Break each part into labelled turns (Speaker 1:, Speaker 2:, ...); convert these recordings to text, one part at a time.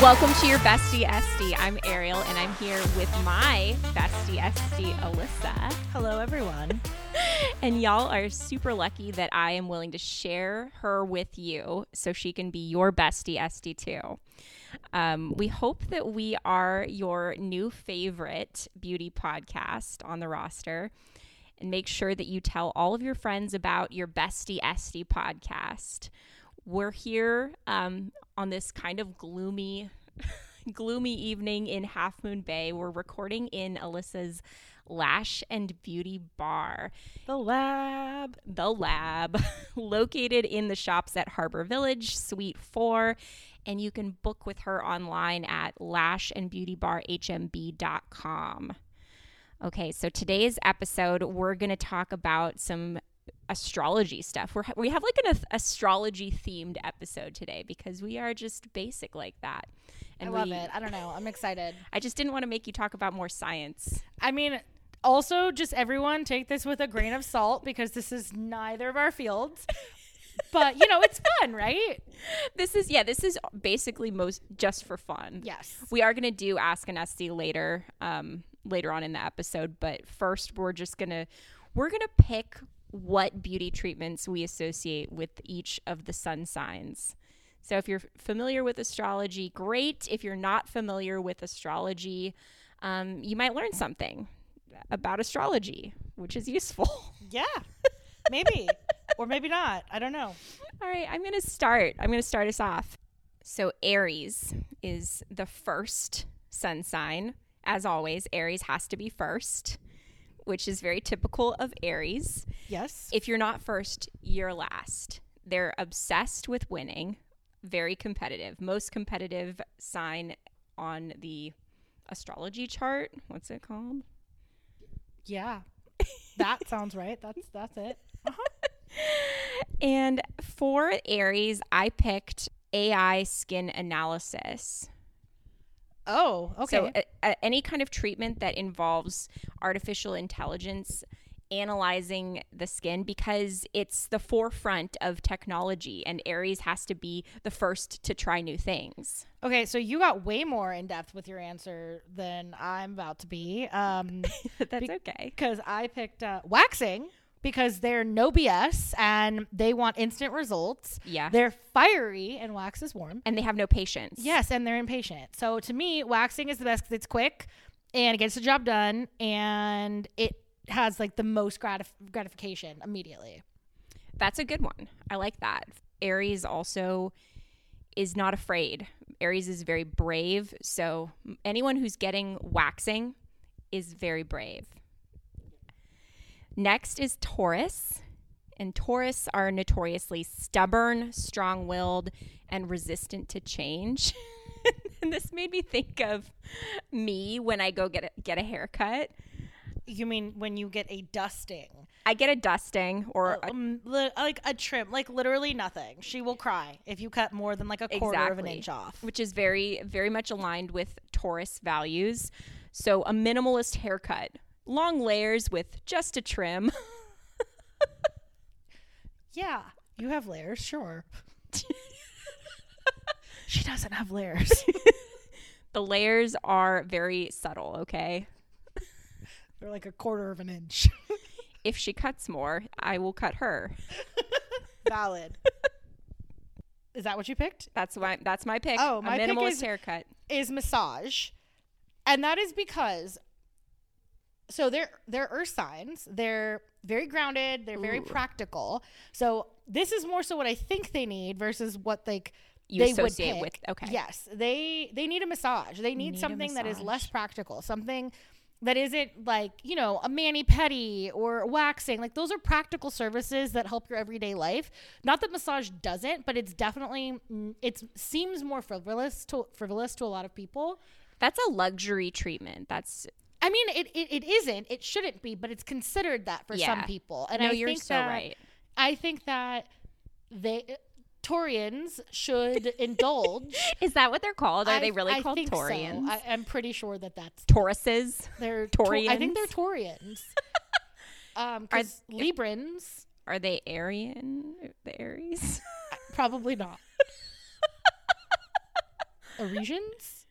Speaker 1: Welcome to your bestie SD. I'm Ariel and I'm here with my bestie SD, Alyssa.
Speaker 2: Hello, everyone.
Speaker 1: And y'all are super lucky that I am willing to share her with you so she can be your bestie SD too. Um, we hope that we are your new favorite beauty podcast on the roster. And make sure that you tell all of your friends about your bestie SD podcast. We're here um, on this kind of gloomy, gloomy evening in Half Moon Bay. We're recording in Alyssa's Lash and Beauty Bar
Speaker 2: The lab.
Speaker 1: the lab located in the shops at harbor village suite 4 and you can book with her online at lashandbeautybarhmb.com okay so today's episode we're going to talk about some astrology stuff we're, we have like an ath- astrology themed episode today because we are just basic like that and
Speaker 2: I love
Speaker 1: we-
Speaker 2: it. I don't know. I'm excited.
Speaker 1: i just didn't want to make you talk about more science
Speaker 2: I mean, also, just everyone take this with a grain of salt because this is neither of our fields. But, you know, it's fun, right?
Speaker 1: this is yeah this is basically most just for fun
Speaker 2: Yes.
Speaker 1: We are going to do Ask an SD later, um, later on in the episode. But first, we're just gonna we're gonna pick what beauty treatments we associate with each of the sun signs. So if you're familiar with astrology, great. If you're not familiar with astrology, um, you might learn something about astrology, which is useful.
Speaker 2: Yeah. Maybe. or maybe not. I don't know.
Speaker 1: All right, I'm going to start. I'm going to start us off. So, Aries is the first sun sign. As always, Aries has to be first, which is very typical of Aries.
Speaker 2: Yes.
Speaker 1: If you're not first, you're last. They're obsessed with winning, very competitive. Most competitive sign on the astrology chart. What's it called?
Speaker 2: yeah. That sounds right. That's that's it.
Speaker 1: And for Aries, I picked AI skin analysis.
Speaker 2: Oh, okay.
Speaker 1: So, a, a- any kind of treatment that involves artificial intelligence analyzing the skin because it's the forefront of technology, and Aries has to be the first to try new things.
Speaker 2: okay, so you got way more in depth with your answer than I'm about to be. Um
Speaker 1: That's okay.
Speaker 2: because I picked uh, waxing because they're no BS and they want instant results.
Speaker 1: Yeah.
Speaker 2: They're fiery and wax is warm.
Speaker 1: and they have no patience.
Speaker 2: Yes, and they're impatient. So to me, waxing is the best because it's quick and it gets the job done and it has like the most gratif- gratification immediately.
Speaker 1: That's a good one. I like that. Aries also is not afraid. Aries is very brave. So anyone who's getting waxing is very brave. Next is Taurus. And Taurus are notoriously stubborn, strong willed, and resistant to change. and this made me think of me when I go get a, get a haircut.
Speaker 2: You mean when you get a dusting,
Speaker 1: I get a dusting or a
Speaker 2: um, li- like a trim, like literally nothing. She will cry if you cut more than like a quarter of an
Speaker 1: Exactly.
Speaker 2: inch off.
Speaker 1: which is very very much aligned with Taurus values. So a minimalist haircut, long layers with just a trim.
Speaker 2: Yeah, you have layers, sure. she doesn't have layers.
Speaker 1: The layers are very subtle, okay?
Speaker 2: They're like a quarter of an inch.
Speaker 1: If she cuts more, I will cut her.
Speaker 2: Valid. Is that what you picked?
Speaker 1: That's my that's my pick.
Speaker 2: Oh,
Speaker 1: a
Speaker 2: my pick
Speaker 1: minimalist
Speaker 2: is-
Speaker 1: haircut.
Speaker 2: Is massage. And that is because so they're they're earth signs. They're very grounded, they're very
Speaker 1: Ooh.
Speaker 2: practical. So this is more so what I think they need versus what like
Speaker 1: You
Speaker 2: they
Speaker 1: associate
Speaker 2: would
Speaker 1: with
Speaker 2: pick.
Speaker 1: okay.
Speaker 2: Yes, they they need a massage. They need,
Speaker 1: Need a
Speaker 2: something that is
Speaker 1: massage.
Speaker 2: less practical, something that isn't like you know a mani pedi or waxing. Like those are practical services that help your everyday life. Not that massage doesn't, but it's definitely mm, it seems more frivolous to frivolous to a lot of people.
Speaker 1: That's a luxury treatment. That's
Speaker 2: I mean, it, it, it isn't. It shouldn't be, but it's considered that for some
Speaker 1: Yeah.
Speaker 2: people. And
Speaker 1: No,
Speaker 2: I
Speaker 1: you're
Speaker 2: think
Speaker 1: so
Speaker 2: that,
Speaker 1: right.
Speaker 2: I think that they Torians should indulge
Speaker 1: Is that what they're called? Are
Speaker 2: I-
Speaker 1: they really
Speaker 2: I
Speaker 1: called
Speaker 2: think so.
Speaker 1: Taurians?
Speaker 2: I, I'm pretty sure that that's
Speaker 1: Tauruses?
Speaker 2: they're Tor- I
Speaker 1: Taurians?
Speaker 2: think they're Taurians. um, 'cause Librans
Speaker 1: Are they Aryan? The Aries?
Speaker 2: probably not. Arisians?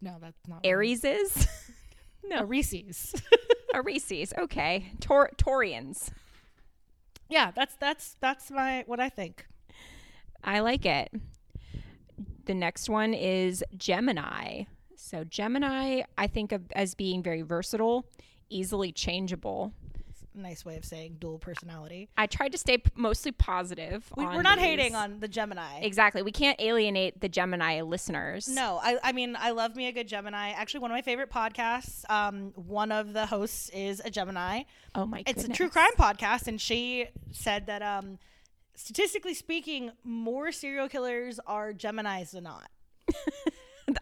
Speaker 2: No, that's not what it is.
Speaker 1: Aries is. no.
Speaker 2: Arises.
Speaker 1: Arises. Okay. Tor- Taurians.
Speaker 2: yeah, that's that's that's my what I think.
Speaker 1: I like it. The next one is Gemini. So Gemini, I think of as being very versatile, easily changeable.
Speaker 2: Nice way of saying dual personality.
Speaker 1: I tried to stay p- mostly positive.
Speaker 2: We,
Speaker 1: on
Speaker 2: we're not
Speaker 1: these.
Speaker 2: hating on the Gemini.
Speaker 1: Exactly. We can't alienate the Gemini listeners.
Speaker 2: No, I, I mean, I love me a good Gemini. Actually, one of my favorite podcasts, um, one of the hosts is a Gemini.
Speaker 1: Oh my
Speaker 2: It's
Speaker 1: goodness.
Speaker 2: a true crime podcast, and she said that um, statistically speaking, more serial killers are Geminis than not.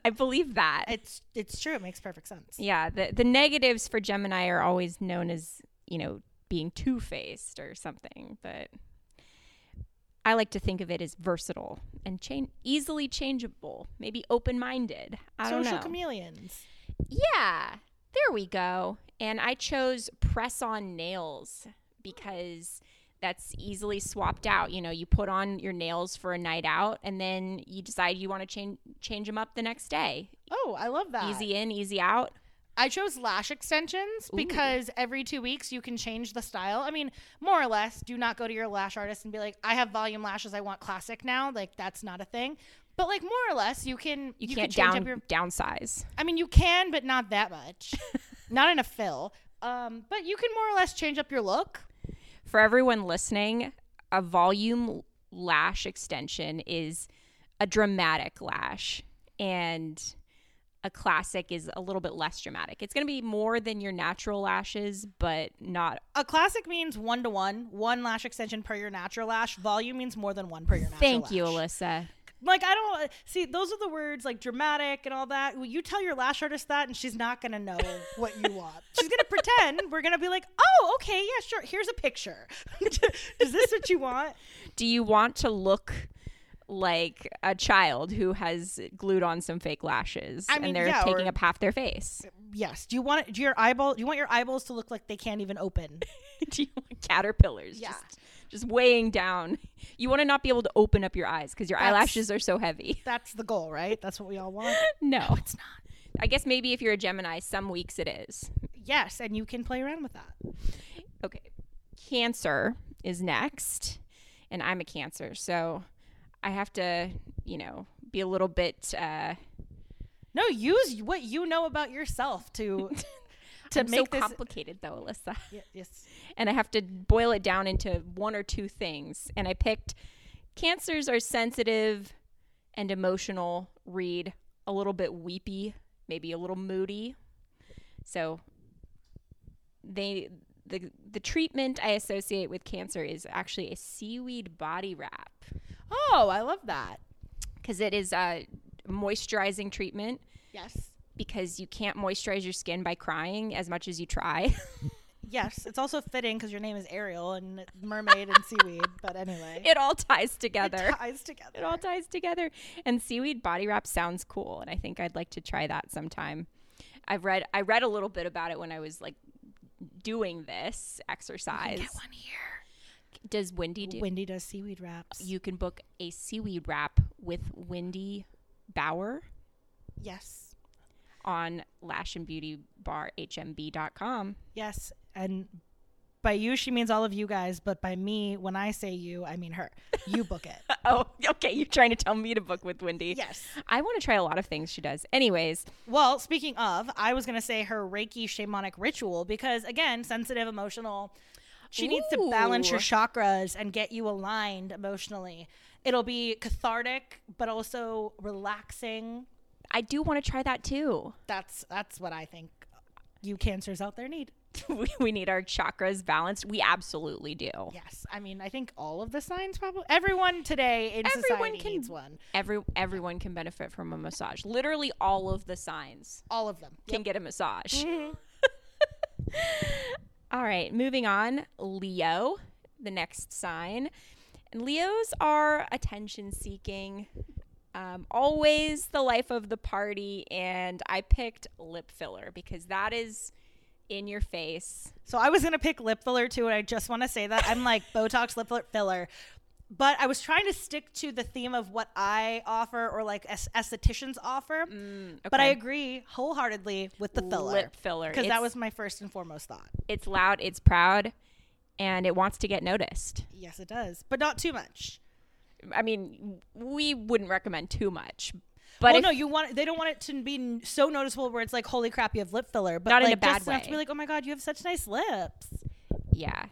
Speaker 1: I believe that.
Speaker 2: It's it's true. It makes perfect sense.
Speaker 1: yeah. The the negatives for Gemini are always known as, you know, being two faced or something, but I like to think of it as versatile and chan- easily changeable, maybe open minded. I don't
Speaker 2: Social
Speaker 1: know.
Speaker 2: chameleons.
Speaker 1: Yeah, there we go. And I chose press on nails because that's easily swapped out. You know, you put on your nails for a night out and then you decide you want to change change them up the next day.
Speaker 2: Oh, I love that.
Speaker 1: Easy in, easy out.
Speaker 2: I chose lash extensions
Speaker 1: Ooh.
Speaker 2: because every two weeks you can change the style. I mean, more or less, do not go to your lash artist and be like, I have volume lashes. I want classic now. Like, that's not a thing. But, like, more or less, you can.
Speaker 1: You,
Speaker 2: can
Speaker 1: can't
Speaker 2: change
Speaker 1: down
Speaker 2: up your.
Speaker 1: downsize.
Speaker 2: I mean, you can, but not that much. not in a fill. Um, but you can more or less change up your look.
Speaker 1: For everyone listening, a volume lash extension is a dramatic lash and a classic is a little bit less dramatic. It's going to be more than your natural lashes, but not
Speaker 2: A classic means one to one, one lash extension per your natural lash. Volume means more than one per your natural
Speaker 1: Thank you,
Speaker 2: lash.
Speaker 1: Alyssa.
Speaker 2: Like I don't see those are the words like dramatic and all that. Well, you tell your lash artist that, and she's not gonna know what you want. She's gonna pretend we're gonna be like, oh, okay, yeah, sure. Here's a picture. Is this what you want?
Speaker 1: Do you want to look like a child who has glued on some fake lashes
Speaker 2: I mean,
Speaker 1: and they're
Speaker 2: yeah,
Speaker 1: taking
Speaker 2: or-
Speaker 1: up half their face?
Speaker 2: Yes. Do you want do your eyeball? Do you want your eyeballs to look like they can't even open?
Speaker 1: Do you want caterpillars
Speaker 2: Yeah.
Speaker 1: just just weighing down? You want to not be able to open up your eyes because your
Speaker 2: That's-
Speaker 1: eyelashes are so heavy.
Speaker 2: That's the goal, right? That's what we all want.
Speaker 1: No.
Speaker 2: It's not.
Speaker 1: I guess maybe if you're a Gemini, some weeks it is.
Speaker 2: Yes, and you can play around with that.
Speaker 1: Okay. Cancer is next. And I'm a Cancer. So I have to, you know, be a little bit. Uh,
Speaker 2: No, use what you know about yourself to to
Speaker 1: I'm
Speaker 2: make
Speaker 1: so
Speaker 2: this.
Speaker 1: complicated, though, Alyssa.
Speaker 2: Yeah, yes.
Speaker 1: and I have to boil it down into one or two things. And I picked cancers are sensitive and emotional, read a little bit weepy, maybe a little moody. So they the the treatment I associate with cancer is actually a seaweed body wrap
Speaker 2: Oh, I love that.
Speaker 1: because it is a moisturizing treatment
Speaker 2: Yes.
Speaker 1: because you can't moisturize your skin by crying as much as you try.
Speaker 2: Yes, it's also fitting because your name is Ariel and mermaid and seaweed. But anyway,
Speaker 1: it all ties together.
Speaker 2: it ties together.
Speaker 1: it all ties together. And seaweed body wrap sounds cool, and I think I'd like to try that sometime. I've read I read a little bit about it when I was like doing this exercise.
Speaker 2: one here.
Speaker 1: Does Wendy do?
Speaker 2: Wendy does seaweed wraps.
Speaker 1: you can book a seaweed wrap with Wendy Bauer
Speaker 2: yes,
Speaker 1: on Lash and Beauty Bar HMB.com.
Speaker 2: yes, and by you she means all of you guys, but by me, when I say you, I mean her. You book it.
Speaker 1: Oh, okay. You're trying to tell me to book with Wendy.
Speaker 2: yes.
Speaker 1: I want to try a lot of things she does. Anyways,
Speaker 2: Well, speaking of, I was gonna say her Reiki shamanic ritual because again, sensitive, emotional. She needs to balance your
Speaker 1: Ooh.
Speaker 2: chakras and get you aligned emotionally. It'll be cathartic, but also relaxing.
Speaker 1: I do want to try that too.
Speaker 2: That's that's what I think you cancers out there need.
Speaker 1: we, we need our chakras balanced. We absolutely do.
Speaker 2: Yes, I mean I think all of the signs probably everyone today in
Speaker 1: Everyone
Speaker 2: society
Speaker 1: can-
Speaker 2: needs one.
Speaker 1: Every everyone can benefit from a massage. Literally all of the signs
Speaker 2: All of them.
Speaker 1: can get a massage.
Speaker 2: Mm-hmm.
Speaker 1: all right, moving on. Leo, the next sign. And Leos are attention seeking. Um, always the life of the party, and I picked lip filler because that is in your face.
Speaker 2: So I was gonna pick lip filler too, and I just want to say that I'm like Botox lip filler. filler. but I was trying to stick to the theme of what I offer or like as- estheticians offer. But I
Speaker 1: Mm, okay.
Speaker 2: agree wholeheartedly with the filler.
Speaker 1: Lip filler.
Speaker 2: Because that
Speaker 1: It's-
Speaker 2: was my first and foremost thought.
Speaker 1: It's loud, it's proud, and it wants to get noticed.
Speaker 2: Yes, it does, but not too much.
Speaker 1: I mean, we wouldn't recommend too much, but
Speaker 2: well,
Speaker 1: if-
Speaker 2: no, you want they don't want it to be n- so noticeable where it's like, holy crap, you have lip filler, but
Speaker 1: Not in a
Speaker 2: like,
Speaker 1: bad
Speaker 2: just enough to
Speaker 1: way.
Speaker 2: be like, oh my god, you have such nice lips.
Speaker 1: yeah,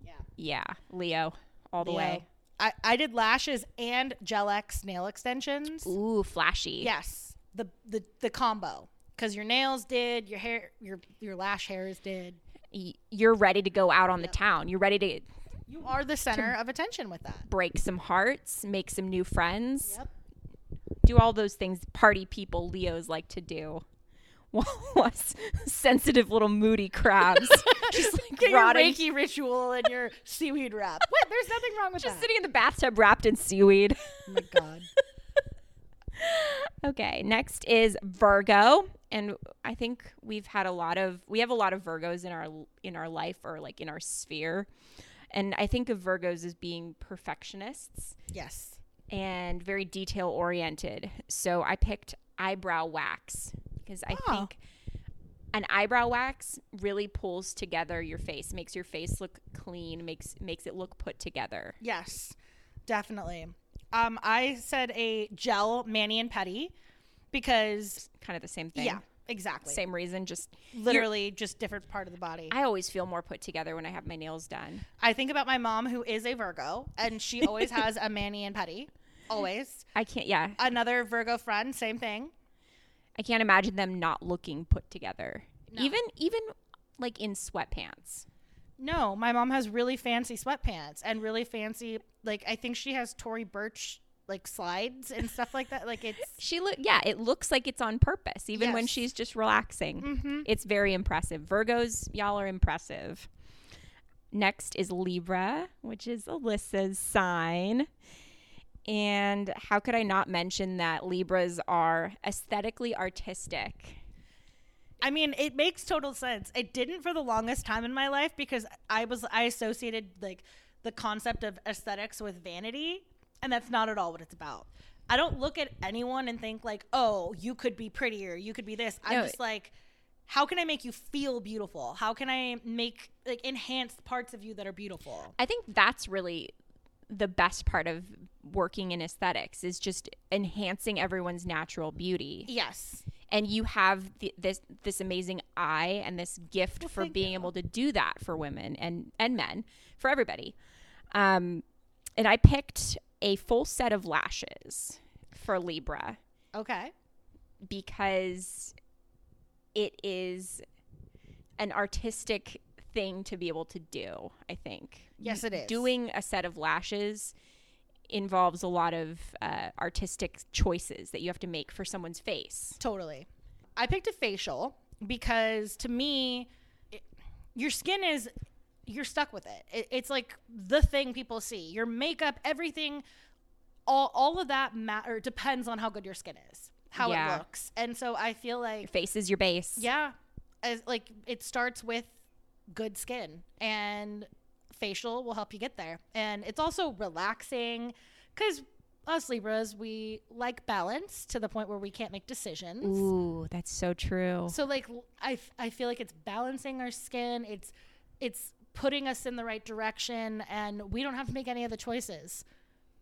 Speaker 2: Yeah.
Speaker 1: yeah, Leo, all the
Speaker 2: Leo.
Speaker 1: way.
Speaker 3: I,
Speaker 2: I did lashes and Gel X nail extensions.
Speaker 1: Ooh, flashy.
Speaker 2: Yes, the the the combo because your nails did, your hair, your your lash hairs did.
Speaker 1: Y- You're ready to go out on the town. You're ready to
Speaker 2: You are the center of attention with that.
Speaker 1: break some hearts, make some new friends,
Speaker 2: Yep.
Speaker 1: do all those things party people Leos like to do. Was sensitive little moody crabs just like
Speaker 2: Get your
Speaker 1: rotting,
Speaker 2: Reiki ritual and your seaweed wrap. What? There's nothing wrong with
Speaker 1: just
Speaker 2: that.
Speaker 1: sitting in the bathtub wrapped in seaweed.
Speaker 2: Oh my god.
Speaker 1: Okay, next is Virgo, and I think we've had a lot of we have a lot of Virgos in our in our life or like in our sphere. And I think of Virgos as being perfectionists
Speaker 2: Yes.
Speaker 1: and very detail oriented. So I picked eyebrow wax because I
Speaker 2: Oh.
Speaker 1: think an eyebrow wax really pulls together your face, makes your face look clean, makes makes it look put together.
Speaker 2: Yes, definitely. Um, I said a gel mani and petty because
Speaker 1: Kind of the same thing.
Speaker 2: yeah, exactly.
Speaker 1: Same reason, just
Speaker 2: Literally, just different part of the body.
Speaker 1: I always feel more put together when I have my nails done.
Speaker 2: I think about my mom who is a Virgo, and she always has a mani and petty. Always
Speaker 1: I can't yeah.
Speaker 2: another Virgo friend, same thing.
Speaker 1: I can't imagine them not looking put together. Even even like in sweatpants.
Speaker 2: No, my mom has really fancy sweatpants and really fancy. Like I think she has Tory Burch like slides and stuff like that. Like it's
Speaker 1: She look yeah, it looks like it's on purpose even when
Speaker 2: Yes. Mm-hmm.
Speaker 1: she's just relaxing. It's very impressive. Virgos, y'all are impressive. Next is Libra, which is Alyssa's sign. And how could I not mention that Libras are aesthetically artistic?
Speaker 2: I mean, it makes total sense. It didn't for the longest time in my life because I was I associated like the concept of aesthetics with vanity, and that's not at all what it's about. I don't look at anyone and think like, "Oh, you could be prettier, you could be this." I'm
Speaker 1: No.
Speaker 2: just like, "How can I make you feel beautiful? How can I make like enhance parts of you that are beautiful?"
Speaker 1: I think that's really the best part of working in aesthetics is just enhancing everyone's natural beauty.
Speaker 2: Yes.
Speaker 1: And you have th- this this amazing eye and this gift for
Speaker 2: thank
Speaker 1: being
Speaker 2: you.
Speaker 1: able to do that for women and and men, for everybody. Um and I picked a full set of lashes for Libra
Speaker 2: Okay.
Speaker 1: because it is an artistic thing to be able to do, I think.
Speaker 2: Yes, it is.
Speaker 1: Doing a set of lashes involves a lot of uh, artistic choices that you have to make for someone's face.
Speaker 2: Totally. I picked a facial because to me, it, your skin is, you're stuck with it. it. It's like the thing people see. Your makeup, everything, all, all of that matter depends on how good your skin is, how
Speaker 1: Yeah.
Speaker 2: it looks. And so I feel like,
Speaker 1: Face is your base.
Speaker 2: yeah, as, like it starts with good skin and facial will help you get there. And it's also relaxing because us Libras, we like balance to the point where we can't make decisions.
Speaker 1: Ooh, that's so true.
Speaker 2: So like l- I, f- I feel like it's balancing our skin. It's it's putting us in the right direction and we don't have to make any of the choices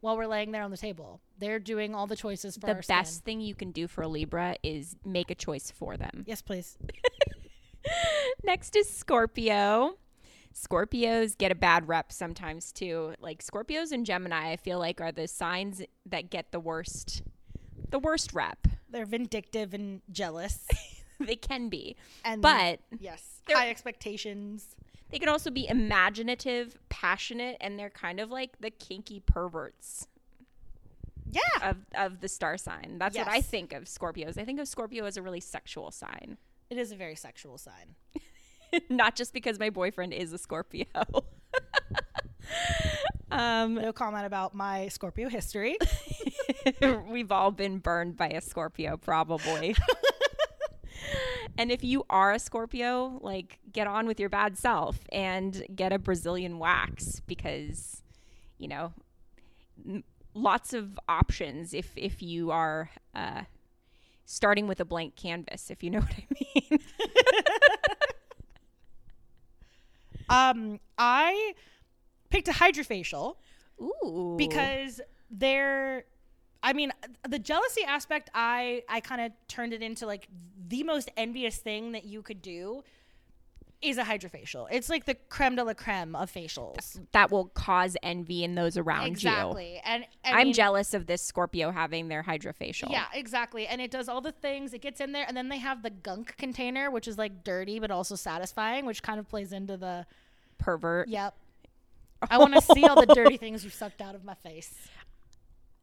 Speaker 2: while we're laying there on the table. They're doing all the choices for
Speaker 1: the
Speaker 2: our
Speaker 1: best
Speaker 2: skin.
Speaker 1: thing you can do for a Libra is make a choice for them.
Speaker 2: Yes, please.
Speaker 1: Next is Scorpio. Scorpios get a bad rep sometimes too. Like Scorpios and Gemini, I feel like are the signs that get the worst the worst rep.
Speaker 2: They're vindictive and jealous
Speaker 1: they can be.
Speaker 2: and
Speaker 1: But
Speaker 2: yes,
Speaker 1: They're-
Speaker 2: high expectations.
Speaker 1: they can also be imaginative, passionate, and they're kind of like the kinky perverts
Speaker 2: Yeah.
Speaker 1: of, of the star sign. That's what I
Speaker 2: Yes.
Speaker 1: think of Scorpios. I think of Scorpio as a really sexual sign.
Speaker 2: It is a very sexual sign.
Speaker 1: Not just because my boyfriend is a Scorpio. um
Speaker 2: No comment about my Scorpio history.
Speaker 1: We've all been burned by a Scorpio, probably. and if you are a Scorpio, like get on with your bad self and get a Brazilian wax because, you know, m- lots of options if if you are uh, starting with a blank canvas, if you know what I mean.
Speaker 2: Um, I picked a hydrofacial
Speaker 1: Ooh,
Speaker 2: because they're. I mean, the jealousy aspect, I I kind of turned it into like the most envious thing that you could do is a hydrofacial. It's like the creme de la creme of facials.
Speaker 1: that will cause envy in those around you.
Speaker 3: exactly. And, and
Speaker 1: I
Speaker 3: I
Speaker 1: am
Speaker 3: mean,
Speaker 1: jealous of this Scorpio having their hydrofacial.
Speaker 3: Yeah, exactly. And it does all the things. It gets in there, and then they have the gunk container, which is like dirty but also satisfying, which kind of plays into the
Speaker 1: pervert.
Speaker 3: yep. I want to see all the dirty things you sucked out of my face.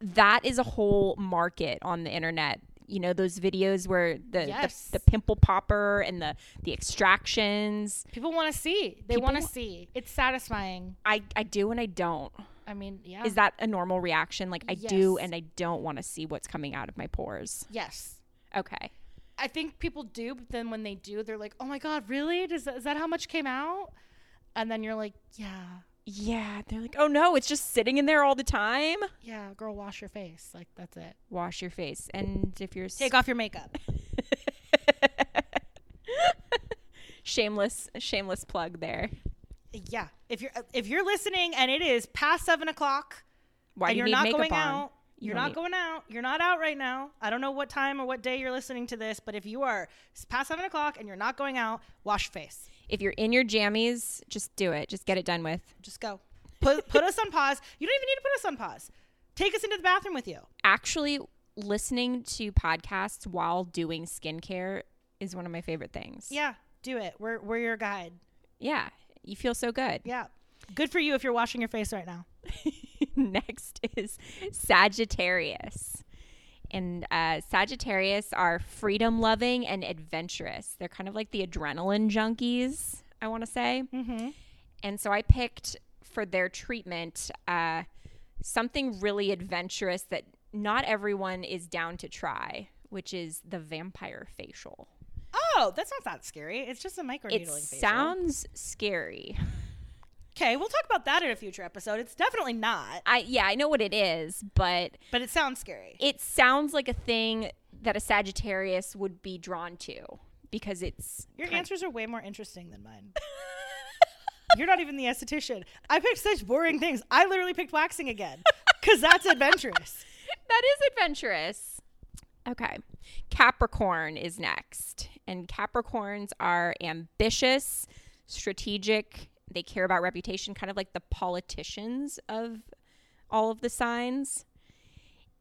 Speaker 1: That is a whole market on the internet. You know those videos where the
Speaker 3: Yes.
Speaker 1: the, the pimple popper and the the extractions.
Speaker 3: People want to see. They
Speaker 1: People
Speaker 3: want to
Speaker 1: wa-
Speaker 3: see. It's satisfying.
Speaker 1: I I do and I don't.
Speaker 3: I mean, yeah.
Speaker 2: Ah.
Speaker 1: Is that a normal reaction? Like I do
Speaker 3: Yes.
Speaker 1: and I don't want to see what's coming out of my pores.
Speaker 3: yes.
Speaker 1: Okay.
Speaker 3: I think people do, but then when they do, they're like, "Oh my god, really? Does that, is that how much came out?" And then you're like, "Yeah,
Speaker 1: Yeah, they're like, "Oh no, it's just sitting in there all the time."
Speaker 3: yeah, girl, wash your face. Like that's it."
Speaker 1: Wash your face. And if you're
Speaker 2: Take off your makeup.
Speaker 1: shameless shameless plug there.
Speaker 2: yeah, if you're if you're listening and it is past seven o'clock,
Speaker 1: Why
Speaker 2: and
Speaker 1: do you
Speaker 2: you're
Speaker 1: need
Speaker 2: not
Speaker 1: makeup
Speaker 2: going
Speaker 1: on?
Speaker 2: out.
Speaker 1: You
Speaker 2: You're
Speaker 1: don't
Speaker 2: not
Speaker 1: need-
Speaker 2: going out. You're not out right now. I don't know what time or what day you're listening to this, but if you are it's past seven o'clock and you're not going out, wash your face.
Speaker 1: If you're in your jammies, just do it. Just get it done with.
Speaker 2: Just go. Put put us on pause. You don't even need to put us on pause. Take us into the bathroom with you.
Speaker 1: Actually, listening to podcasts while doing skincare is one of my favorite things.
Speaker 2: Yeah, do it. We're we're your guide.
Speaker 1: Yeah. You feel so good.
Speaker 2: Yeah. Good for you if you're washing your face right now.
Speaker 1: Next is Sagittarius. And uh, Sagittarius are freedom loving and adventurous. They're kind of like the adrenaline junkies, I want to say.
Speaker 2: Mm-hmm.
Speaker 1: And so I picked for their treatment uh, something really adventurous that not everyone is down to try, which is the vampire facial.
Speaker 2: Oh, that's not that scary. It's just a microneedling
Speaker 1: It
Speaker 2: facial.
Speaker 1: sounds scary.
Speaker 2: Okay, we'll talk about that in a future episode. It's definitely not,
Speaker 1: I yeah, I know what it is, but
Speaker 2: but it sounds scary.
Speaker 1: it sounds like a thing that a Sagittarius would be drawn to because it's
Speaker 2: Your answers are way more interesting than mine. You're not even the esthetician. I picked such boring things. I literally picked waxing again because that's adventurous.
Speaker 1: that is adventurous. Okay. Capricorn is next. And Capricorns are ambitious, strategic, they care about reputation, kind of like the politicians of all of the signs.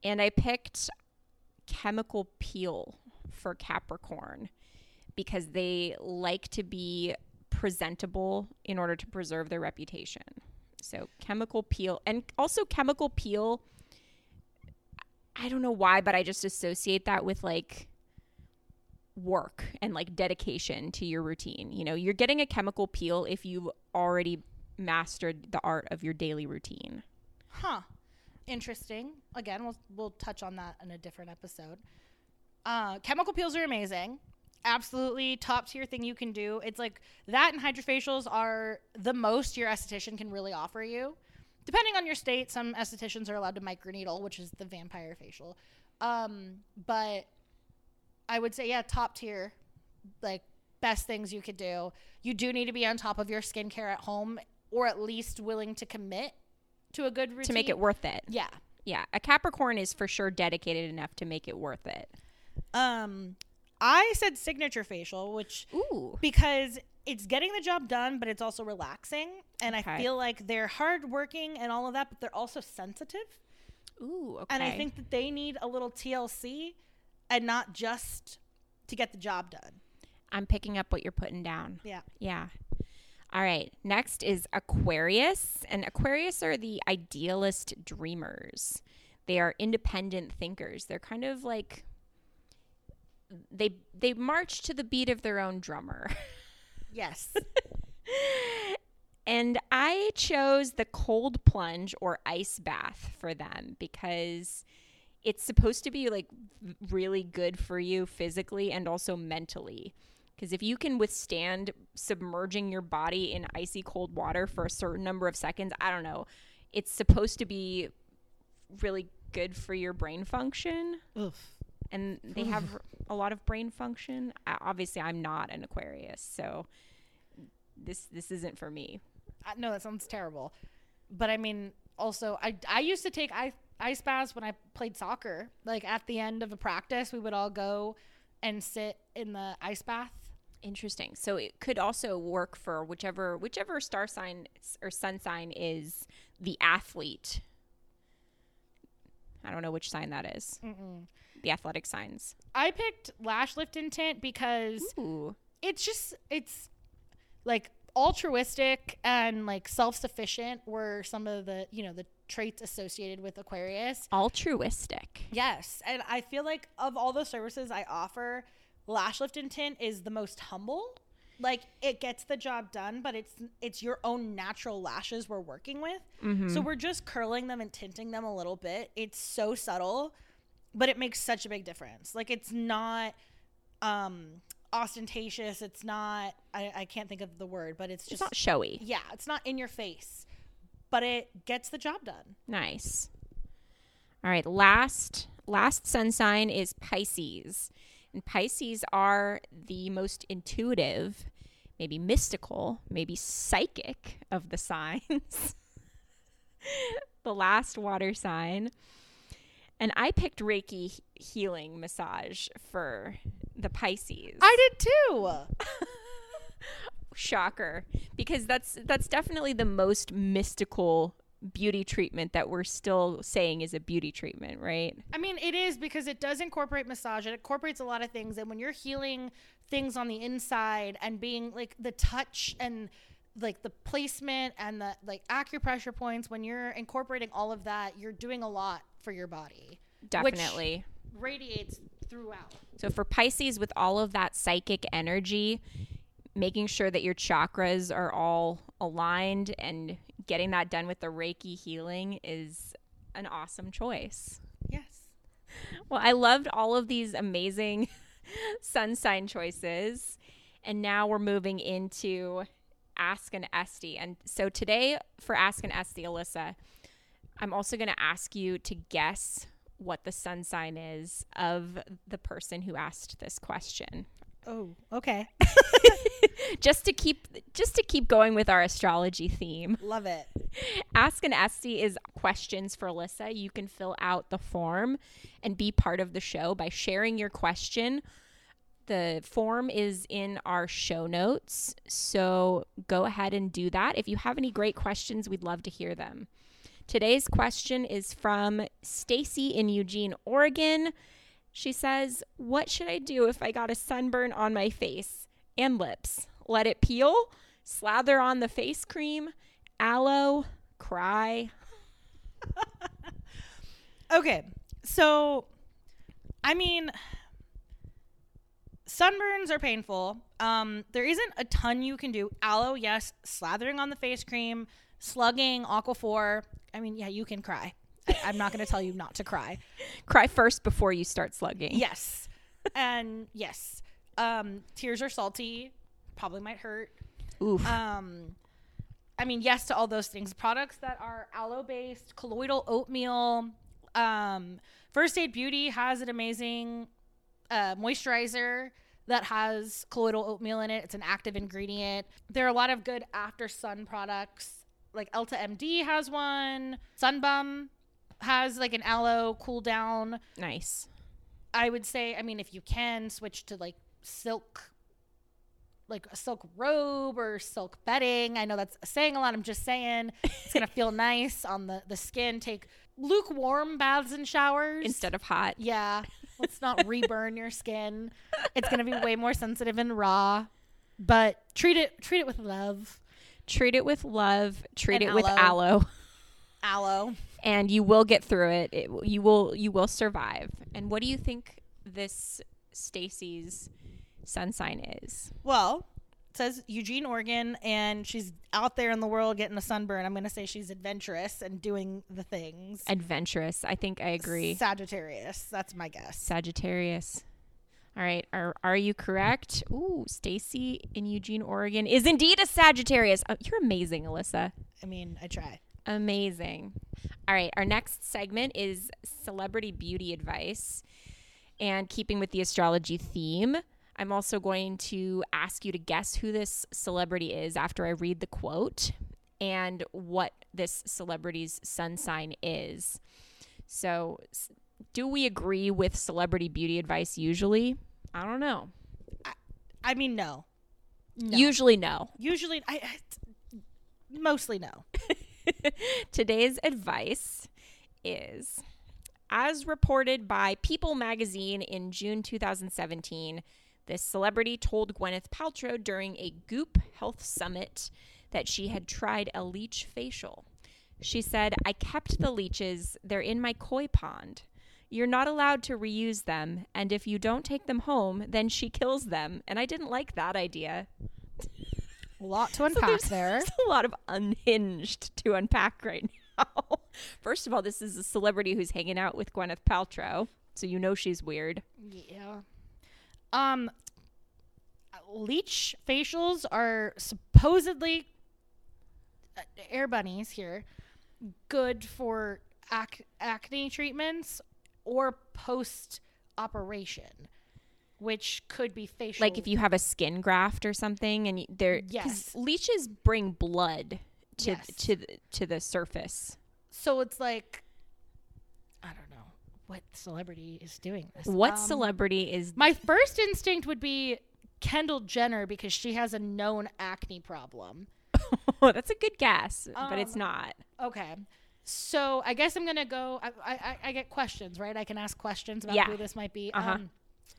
Speaker 1: And I picked Chemical Peel for Capricorn because they like to be presentable in order to preserve their reputation. So, Chemical Peel, and also Chemical Peel I don't know why, but I just associate that with like work and like dedication to your routine. You know, you're getting a chemical peel if you've already mastered the art of your daily routine.
Speaker 2: Huh. Interesting. Again, we'll we'll touch on that in a different episode. Uh, chemical peels are amazing. Absolutely top tier thing you can do. It's like that and hydrofacials are the most your esthetician can really offer you. Depending on your state, some estheticians are allowed to microneedle, which is the vampire facial. Um, but I would say, yeah, top tier, like best things you could do. You do need to be on top of your skincare at home, or at least willing to commit to a good routine
Speaker 1: To make it worth it.
Speaker 2: yeah.
Speaker 1: Yeah. A Capricorn is for sure dedicated enough to make it worth it.
Speaker 2: Um, I said signature facial, which
Speaker 1: Ooh.
Speaker 2: because it's getting the job done, but it's also relaxing, and I
Speaker 1: Okay.
Speaker 2: feel like they're hardworking and all of that, but they're also sensitive,
Speaker 1: Ooh. Okay.
Speaker 2: and I think that they need a little TLC, and not just to get the job done.
Speaker 1: I'm picking up what you're putting down.
Speaker 2: Yeah.
Speaker 1: Yeah. All right. Next is Aquarius. And Aquarius are the idealist dreamers. They are independent thinkers. They're kind of like they they march to the beat of their own drummer.
Speaker 2: Yes.
Speaker 1: And I chose the cold plunge or ice bath for them because it's supposed to be like v- really good for you physically and also mentally. Because if you can withstand submerging your body in icy cold water for a certain number of seconds, I don't know, it's supposed to be really good for your brain function. And they have a lot of brain function. I, obviously, I'm not an Aquarius, so this this isn't for me.
Speaker 3: I- no, that sounds terrible. But I mean, also, I, I used to take I, ice baths when I played soccer. Like at the end of a practice, we would all go and sit in the ice bath.
Speaker 1: Interesting. So it could also work for whichever whichever star sign s- or sun sign is the athlete. I don't know which sign that is. The athletic signs.
Speaker 3: I picked lash lift intent because
Speaker 2: Hmm?
Speaker 1: Ooh.
Speaker 3: it's just it's like altruistic and like self-sufficient were some of the you know the traits associated with aquarius
Speaker 1: Altruistic.
Speaker 2: Yes, and I feel like of all the services I offer, Lash Lift and Tint is the most humble. Like it gets the job done, but it's it's your own natural lashes we're working with. So
Speaker 3: Hmm.
Speaker 2: we're just curling them and tinting them a little bit. It's so subtle, but it makes such a big difference. Like it's not um ostentatious. It's not I, I can't think of the word, but it's
Speaker 1: It's
Speaker 2: just
Speaker 1: not showy.
Speaker 2: yeah, it's not in your face. But it gets the job done.
Speaker 1: Nice. All right, last last sun sign is Pisces. And Pisces are the most intuitive, maybe mystical, maybe psychic of the signs. the last water sign. And I picked Reiki he- healing massage for the Pisces.
Speaker 3: i did too
Speaker 1: Shocker, because that's that's definitely the most mystical beauty treatment that we're still saying is a beauty treatment, right?
Speaker 3: i mean it is because it does incorporate massage it incorporates a lot of things and when you're healing things on the inside and being like the touch and like the placement and the like acupressure points when you're incorporating all of that you're doing a lot for your body
Speaker 1: Definitely.
Speaker 3: which radiates throughout
Speaker 1: So for Pisces, with all of that psychic energy, making sure that your chakras are all aligned and getting that done with the Reiki healing is an awesome choice.
Speaker 2: Yes.
Speaker 1: Well, I loved all of these amazing sun sign choices. And now we're moving into Ask an Esty. And so today for Ask an Esty, Alyssa, I'm also going to ask you to guess what the sun sign is of the person who asked this question.
Speaker 2: Oh, okay.
Speaker 1: Just to keep just to keep going with our astrology theme.
Speaker 2: Love it.
Speaker 1: Ask an Esty is questions for Alyssa. You can fill out the form and be part of the show by sharing your question. The form is in our show notes. So go ahead and do that. If you have any great questions, we'd love to hear them. Today's question is from Stacy in Eugene, Oregon. She says, What should I do if I got a sunburn on my face and lips? Let it peel, slather on the face cream, aloe, cry.
Speaker 2: Okay. So, I mean, sunburns are painful. Um, there isn't a ton you can do. Aloe, yes. Slathering on the face cream, slugging, aquaphor. I mean, yeah, you can cry. I, I'm not going to tell you not to cry.
Speaker 1: Cry first before you start slugging.
Speaker 2: Yes. And yes. Um, tears are salty, probably might hurt.
Speaker 1: Oof.
Speaker 2: Um, I mean, yes to all those things. Products that are aloe based, colloidal oatmeal. Um, First Aid Beauty has an amazing uh, moisturizer that has colloidal oatmeal in it. It's an active ingredient. There are a lot of good after sun products. Like Elta MD has one. Sunbum has like an aloe cool down.
Speaker 1: nice.
Speaker 2: I would say, I mean, if you can switch to like silk, like a silk robe or silk bedding. I know that's saying a lot. I'm just saying it's gonna feel nice on the the skin. Take lukewarm baths and showers
Speaker 1: Instead of hot.
Speaker 2: Yeah, let's not reburn your skin. It's gonna be way more sensitive and raw. But treat it treat it with love.
Speaker 1: Treat it with love, treat
Speaker 2: And
Speaker 1: it with
Speaker 2: aloe.
Speaker 1: aloe,
Speaker 2: Aloe.
Speaker 1: and you will get through it. it. You will you will survive. And what do you think this Stacy's sun sign is?
Speaker 2: Well, it says Eugene, Oregon, and she's out there in the world getting a sunburn. I'm gonna say she's adventurous and doing the things.
Speaker 1: Adventurous. I think I agree.
Speaker 2: Sagittarius. That's my guess.
Speaker 1: Sagittarius. All right, are are you correct? Ooh, Stacy in Eugene, Oregon is indeed a Sagittarius. Oh, you're Uh, amazing, Alyssa.
Speaker 2: I mean, I try.
Speaker 1: Amazing. All right, our next segment is celebrity beauty advice. And keeping with the astrology theme, I'm also going to ask you to guess who this celebrity is after I read the quote and what this celebrity's sun sign is. So, s- do we agree with celebrity beauty advice usually? I don't know.
Speaker 2: I mean, no.
Speaker 3: No.
Speaker 1: Usually, no.
Speaker 2: Usually, I, I mostly no.
Speaker 1: Today's advice is as reported by People magazine in June 2017, this celebrity told Gwyneth Paltrow during a Goop Health Summit that she had tried a leech facial. She said, I kept the leeches, they're in my koi pond. You're not allowed to reuse them, and if you don't take them home, then she kills them, and I didn't like that idea.
Speaker 3: A lot to unpack there.
Speaker 1: There's a lot of unhinged to unpack right now. First of all, this is a celebrity who's hanging out with Gwyneth Paltrow, so you know she's weird.
Speaker 3: Yeah. Um, leech facials are supposedly uh, air bunnies here, good for ac- acne treatments or post operation, which could be facial.
Speaker 1: Like if you have a skin graft or something, and they're 'cause
Speaker 3: Yes.
Speaker 1: leeches bring blood to
Speaker 3: Yes.
Speaker 1: to the, to the surface.
Speaker 3: so it's like, I don't know what celebrity is doing this.
Speaker 1: What
Speaker 3: Um,
Speaker 1: celebrity is?
Speaker 3: My first instinct would be Kendall Jenner because she has a known acne problem.
Speaker 1: oh, That's a good guess, but it's
Speaker 3: Um,
Speaker 1: not.
Speaker 3: Okay. So I guess I'm gonna go. I I, I- I get questions, right? I can ask questions about
Speaker 1: Yeah.
Speaker 3: who this might be.
Speaker 1: Uh-huh.
Speaker 3: Um,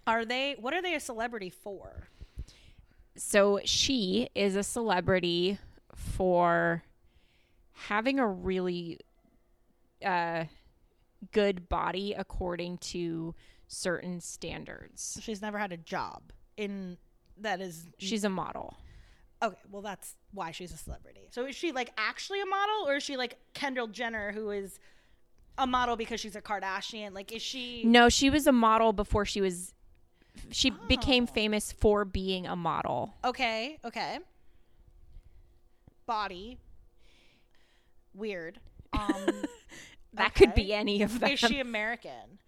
Speaker 2: Are they? What are they a celebrity for?
Speaker 1: So she is a celebrity for having a really uh, good body according to certain standards.
Speaker 2: She's never had a job in that is
Speaker 1: She's a model.
Speaker 2: okay. Well, that's why she's a celebrity. So is she like actually a model, or is she like Kendall Jenner, who is a model because she's a Kardashian? Like, is she?
Speaker 1: No, she was a model before she was. She
Speaker 2: Oh.
Speaker 1: became famous for being a model.
Speaker 2: Okay, okay. Body. Weird. Um,
Speaker 1: That could be
Speaker 2: Okay.
Speaker 1: any of them.
Speaker 2: is she American?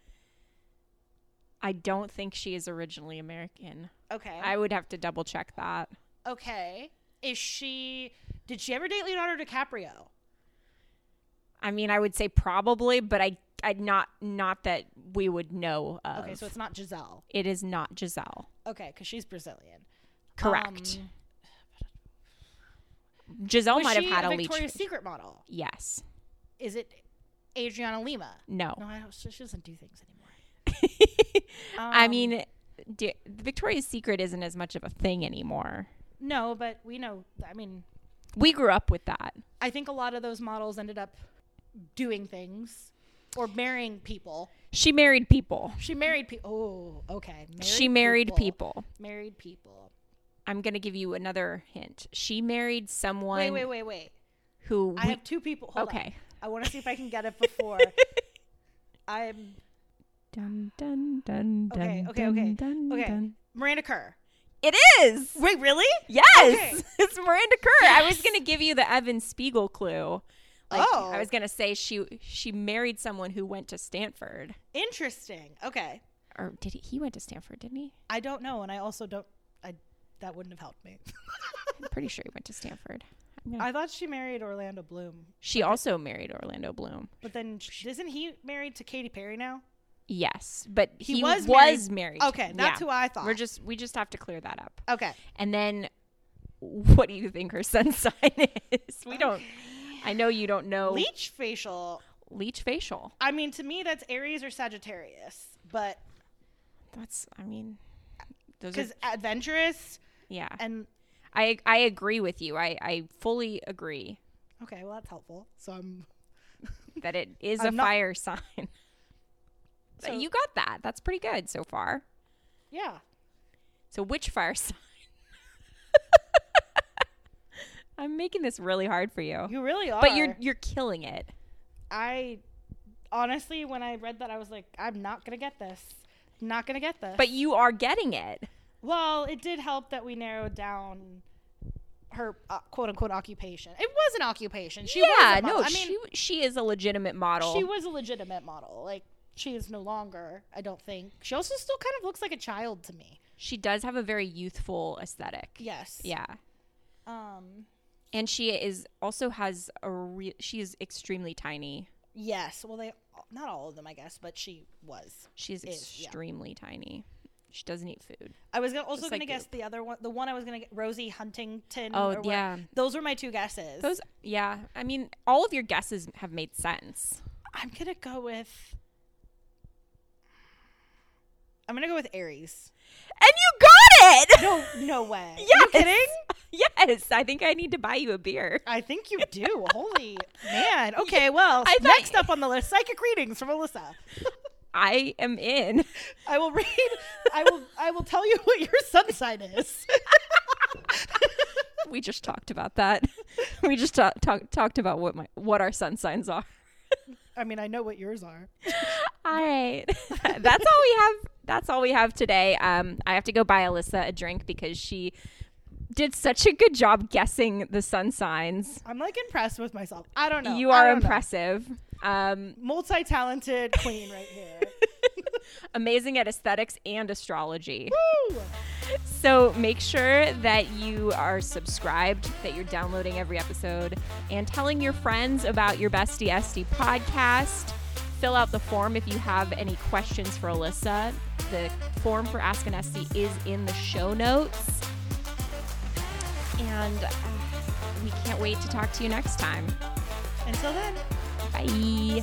Speaker 1: I don't think she is originally American.
Speaker 2: Okay.
Speaker 1: I would have to double check that.
Speaker 2: okay. Is she? Did she ever date Leonardo DiCaprio?
Speaker 1: I mean, I would say probably, but I, I not not that we would know of.
Speaker 2: Okay, so it's not Giselle.
Speaker 1: It is not Giselle.
Speaker 2: Okay, because she's Brazilian.
Speaker 1: Correct.
Speaker 2: Um,
Speaker 1: Giselle
Speaker 2: was
Speaker 1: might have
Speaker 2: she
Speaker 1: had a, leech.
Speaker 2: Victoria's Secret model.
Speaker 1: Yes.
Speaker 2: Is it Adriana Lima?
Speaker 1: No.
Speaker 2: No, I don't, she she doesn't do things anymore.
Speaker 1: I
Speaker 2: Um,
Speaker 1: mean, d- Victoria's Secret isn't as much of a thing anymore.
Speaker 2: no, but we know. I mean,
Speaker 1: We grew up with that.
Speaker 2: I think a lot of those models ended up doing things or marrying people.
Speaker 1: She married people.
Speaker 2: She married people. Oh, okay.
Speaker 1: she married people.
Speaker 2: Married people.
Speaker 1: I'm going to give you another hint. She married someone
Speaker 2: Wait, wait, wait, wait.
Speaker 1: who
Speaker 2: I
Speaker 1: we-
Speaker 2: have two people. Hold on.
Speaker 1: Okay.
Speaker 2: I want to see if I can get it before I'm
Speaker 1: Dun, dun, dun, dun,
Speaker 2: Okay, okay,
Speaker 1: dun,
Speaker 2: okay.
Speaker 1: dun,
Speaker 2: okay.
Speaker 1: dun.
Speaker 2: Miranda Kerr.
Speaker 1: It is.
Speaker 2: Wait, really?
Speaker 1: Yes.
Speaker 2: Okay.
Speaker 1: It's Miranda Kerr. I was going to give you the Evan Spiegel clue. Like,
Speaker 2: Oh.
Speaker 1: I was going to say she she married someone who went to Stanford.
Speaker 2: Interesting. Okay.
Speaker 1: or did he, he went to Stanford, didn't he?
Speaker 2: I don't know, and I also don't. I that wouldn't have helped me.
Speaker 1: I'm pretty sure he went to Stanford. I'm gonna-
Speaker 2: I thought she married Orlando Bloom,
Speaker 1: she also married Orlando Bloom.
Speaker 2: but then sh- isn't he married to Katy Perry now?
Speaker 1: Yes, but he,
Speaker 2: He
Speaker 1: was,
Speaker 2: was
Speaker 1: married.
Speaker 2: Okay, that's who I thought.
Speaker 1: We're just we just have to clear that up.
Speaker 2: okay.
Speaker 1: And then, what do you think her sun sign is? We don't. I know you don't know
Speaker 2: Leech facial.
Speaker 1: leech facial.
Speaker 2: I mean, to me, that's Aries or Sagittarius, but
Speaker 1: That's I mean, those are
Speaker 2: because adventurous
Speaker 1: yeah.
Speaker 2: and
Speaker 1: I I agree with you. I I fully agree
Speaker 2: okay, well that's helpful. So I'm
Speaker 1: that it is a
Speaker 2: I'm not-
Speaker 1: fire sign. But
Speaker 2: So-
Speaker 1: you got that. That's pretty good so far.
Speaker 2: yeah.
Speaker 1: So which fire sign? I'm making this really hard for you.
Speaker 2: You really are.
Speaker 1: but you're you're killing it.
Speaker 2: I honestly, when I read that, I was like, I'm not gonna get this. Not gonna get this.
Speaker 1: But you are getting it.
Speaker 2: well, it did help that we narrowed down
Speaker 3: her uh, quote unquote occupation. It was an occupation. She was
Speaker 1: yeah,
Speaker 3: a model.
Speaker 1: no,
Speaker 3: I mean,
Speaker 1: she she is a legitimate model.
Speaker 3: she was a legitimate model. Like she is no longer. I don't think she also still kind of looks like a child to me.
Speaker 1: she does have a very youthful aesthetic.
Speaker 3: Yes.
Speaker 1: Yeah.
Speaker 3: Um.
Speaker 1: And she is also has a real she is extremely tiny.
Speaker 3: Yes. Well, they not all of them, I guess, but she was.
Speaker 1: She is
Speaker 3: Is, yeah.
Speaker 1: extremely tiny. She doesn't eat food.
Speaker 3: I was gonna
Speaker 2: also
Speaker 1: Just
Speaker 2: gonna
Speaker 1: like
Speaker 2: guess the other one. The one I was gonna get, Rosie Huntington.
Speaker 1: Oh,
Speaker 2: or what-
Speaker 1: yeah.
Speaker 2: those were my two guesses.
Speaker 1: Those yeah, I mean all of your guesses have made sense.
Speaker 2: I'm gonna go with. I'm gonna go with Aries.
Speaker 1: And you got it.
Speaker 2: No, no way.
Speaker 1: yes. kidding? Yes, I think I need to buy you a beer.
Speaker 2: I think you do. Holy man. Okay, well,
Speaker 1: I thought-
Speaker 2: next up on the list, psychic readings from Alyssa.
Speaker 1: I am in.
Speaker 2: I will read. I will. I will tell you what your sun sign is.
Speaker 1: we just talked about that. We just ta- talk- talked about what my what our sun signs are.
Speaker 2: I mean, I know what yours are.
Speaker 1: All right. That's all we have. That's all we have today. Um, I have to go buy Alyssa a drink because she did such a good job guessing the sun signs.
Speaker 2: I'm like impressed with myself. I don't know.
Speaker 1: you
Speaker 2: I
Speaker 1: are
Speaker 2: don't know.
Speaker 1: impressive. Um,
Speaker 2: Multi-talented queen right here.
Speaker 1: amazing at aesthetics and astrology.
Speaker 2: Woo!
Speaker 1: So make sure that you are subscribed, that you're downloading every episode, and telling your friends about your Bestie SD podcast. Fill out the form if you have any questions for Alyssa. The form for Ask an SD is in the show notes. And uh, we can't wait to talk to you next time.
Speaker 2: Until then.
Speaker 1: Bye.